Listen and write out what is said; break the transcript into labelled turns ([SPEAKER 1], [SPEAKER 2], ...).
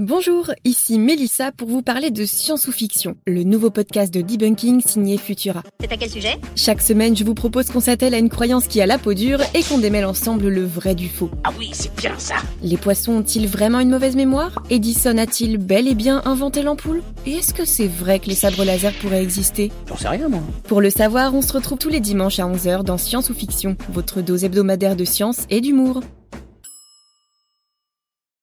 [SPEAKER 1] Bonjour, ici Mélissa pour vous parler de Science ou Fiction, le nouveau podcast de debunking signé Futura.
[SPEAKER 2] C'est à quel sujet
[SPEAKER 1] Chaque semaine, je vous propose qu'on s'attelle à une croyance qui a la peau dure et qu'on démêle ensemble le vrai du faux.
[SPEAKER 3] Ah oui, c'est bien ça
[SPEAKER 1] Les poissons ont-ils vraiment une mauvaise mémoire Edison a-t-il bel et bien inventé l'ampoule Et est-ce que c'est vrai que les sabres laser pourraient exister
[SPEAKER 3] J'en sais rien, moi.
[SPEAKER 1] Pour le savoir, on se retrouve tous les dimanches à 11h dans Science ou Fiction, votre dose hebdomadaire de science et d'humour.